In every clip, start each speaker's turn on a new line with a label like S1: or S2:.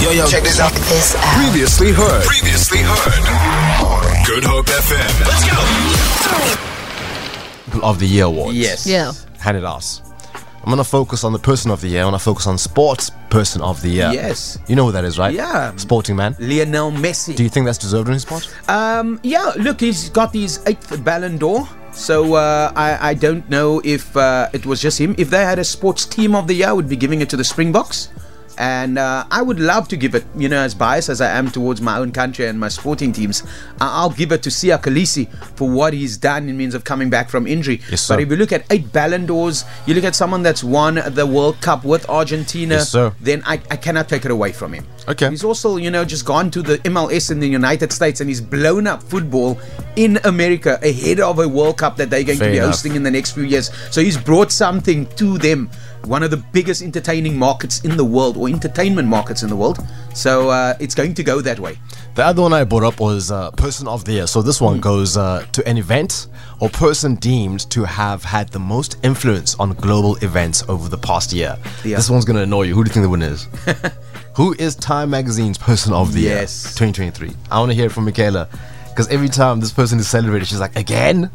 S1: Yo, yo, check this out.
S2: This out.
S3: Previously heard.
S1: Previously heard. Good Hope FM. Let's go.
S3: Of the Year Awards.
S4: Yes.
S5: Yeah.
S3: Had it us. I'm going to focus on the Person of the Year. I'm going to focus on Sports Person of the Year.
S4: Yes.
S3: You know who that is, right?
S4: Yeah.
S3: Sporting man.
S4: Lionel Messi.
S3: Do you think that's deserved in his spot?
S4: Um, yeah, look, he's got his eighth Ballon d'Or. So uh, I, I don't know if uh, it was just him. If they had a sports team of the year, I would be giving it to the Springboks. And uh, I would love to give it, you know, as biased as I am towards my own country and my sporting teams, I- I'll give it to Sia Khaleesi for what he's done in means of coming back from injury.
S3: Yes,
S4: but
S3: sir.
S4: if you look at eight Ballon d'Ors, you look at someone that's won the World Cup with Argentina,
S3: Yes, sir.
S4: then I, I cannot take it away from him.
S3: Okay.
S4: He's also, you know, just gone to the MLS in the United States and he's blown up football in America ahead of a World Cup that they're going
S3: Fair
S4: to be
S3: enough.
S4: hosting in the next few years. So he's brought something to them. One of the biggest entertaining markets in the world, or entertainment markets in the world. So uh, it's going to go that way.
S3: The other one I brought up was uh, Person of the Year. So this
S4: Hmm.
S3: one goes uh, to an event or person deemed to have had the most influence on global events over the past year.
S4: Yeah.
S3: This one's going to annoy you. Who do you think the winner is? Who is Time Magazine's Person of the
S4: Yes.
S3: Year 2023? I want to hear it from Michaela because every time this person is celebrated, she's like, again?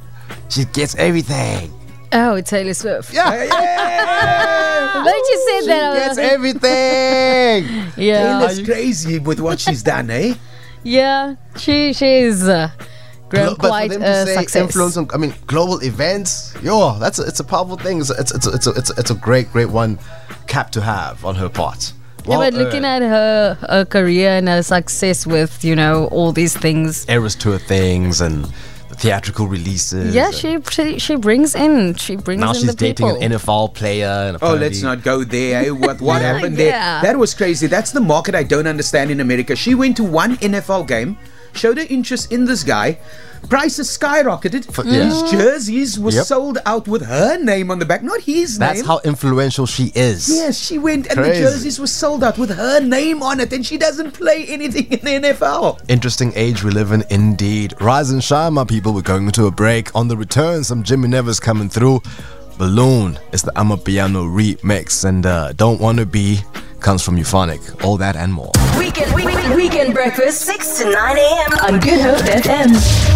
S3: She gets everything.
S5: Oh, Taylor Swift.
S3: Yeah.
S5: But you said that. I was
S3: Gets
S5: like,
S3: everything.
S5: yeah.
S4: Taylor's crazy with what she's done, eh?
S5: Yeah. She she is uh, grown
S3: Glo- but for
S5: quite
S3: them to
S5: a
S3: say
S5: success.
S3: influence on, I mean, global events. Yo, that's a, it's a powerful thing. It's it's it's it's a, it's, a, it's a great great one cap to have on her part.
S5: Yeah,
S3: Well
S5: but looking
S3: earned.
S5: at her, her career and her success with you know all these things.
S3: Eras tour things and the theatrical releases.
S5: Yeah,
S3: and
S5: she she, she brings in she brings
S3: now
S5: in
S3: she's
S5: the
S3: dating
S5: people.
S3: an NFL player. And
S4: Oh, let's not go there. eh? What what happened there?
S5: Yeah.
S4: That was crazy. That's the market I don't understand in America. She went to one NFL game, showed her interest in this guy. Prices skyrocketed.
S3: yeah.
S4: His jerseys were
S3: Yep.
S4: sold out with her name on the back, not his
S3: That's
S4: name.
S3: how influential she is.
S4: Yes, she went and
S3: Crazy.
S4: the jerseys were sold out with her name on it, and she doesn't play anything in the NFL.
S3: Interesting age we live in indeed. Rise and shine, my people. We're going into a break. On the return, some Jimmy Nevers coming through. Balloon is the I'm a Piano remix, and uh, Don't Wanna Be comes from Euphonic. All that and more.
S2: Weekend, weekend, weekend breakfast, 6 to 9 a.m. on Good Hope FM.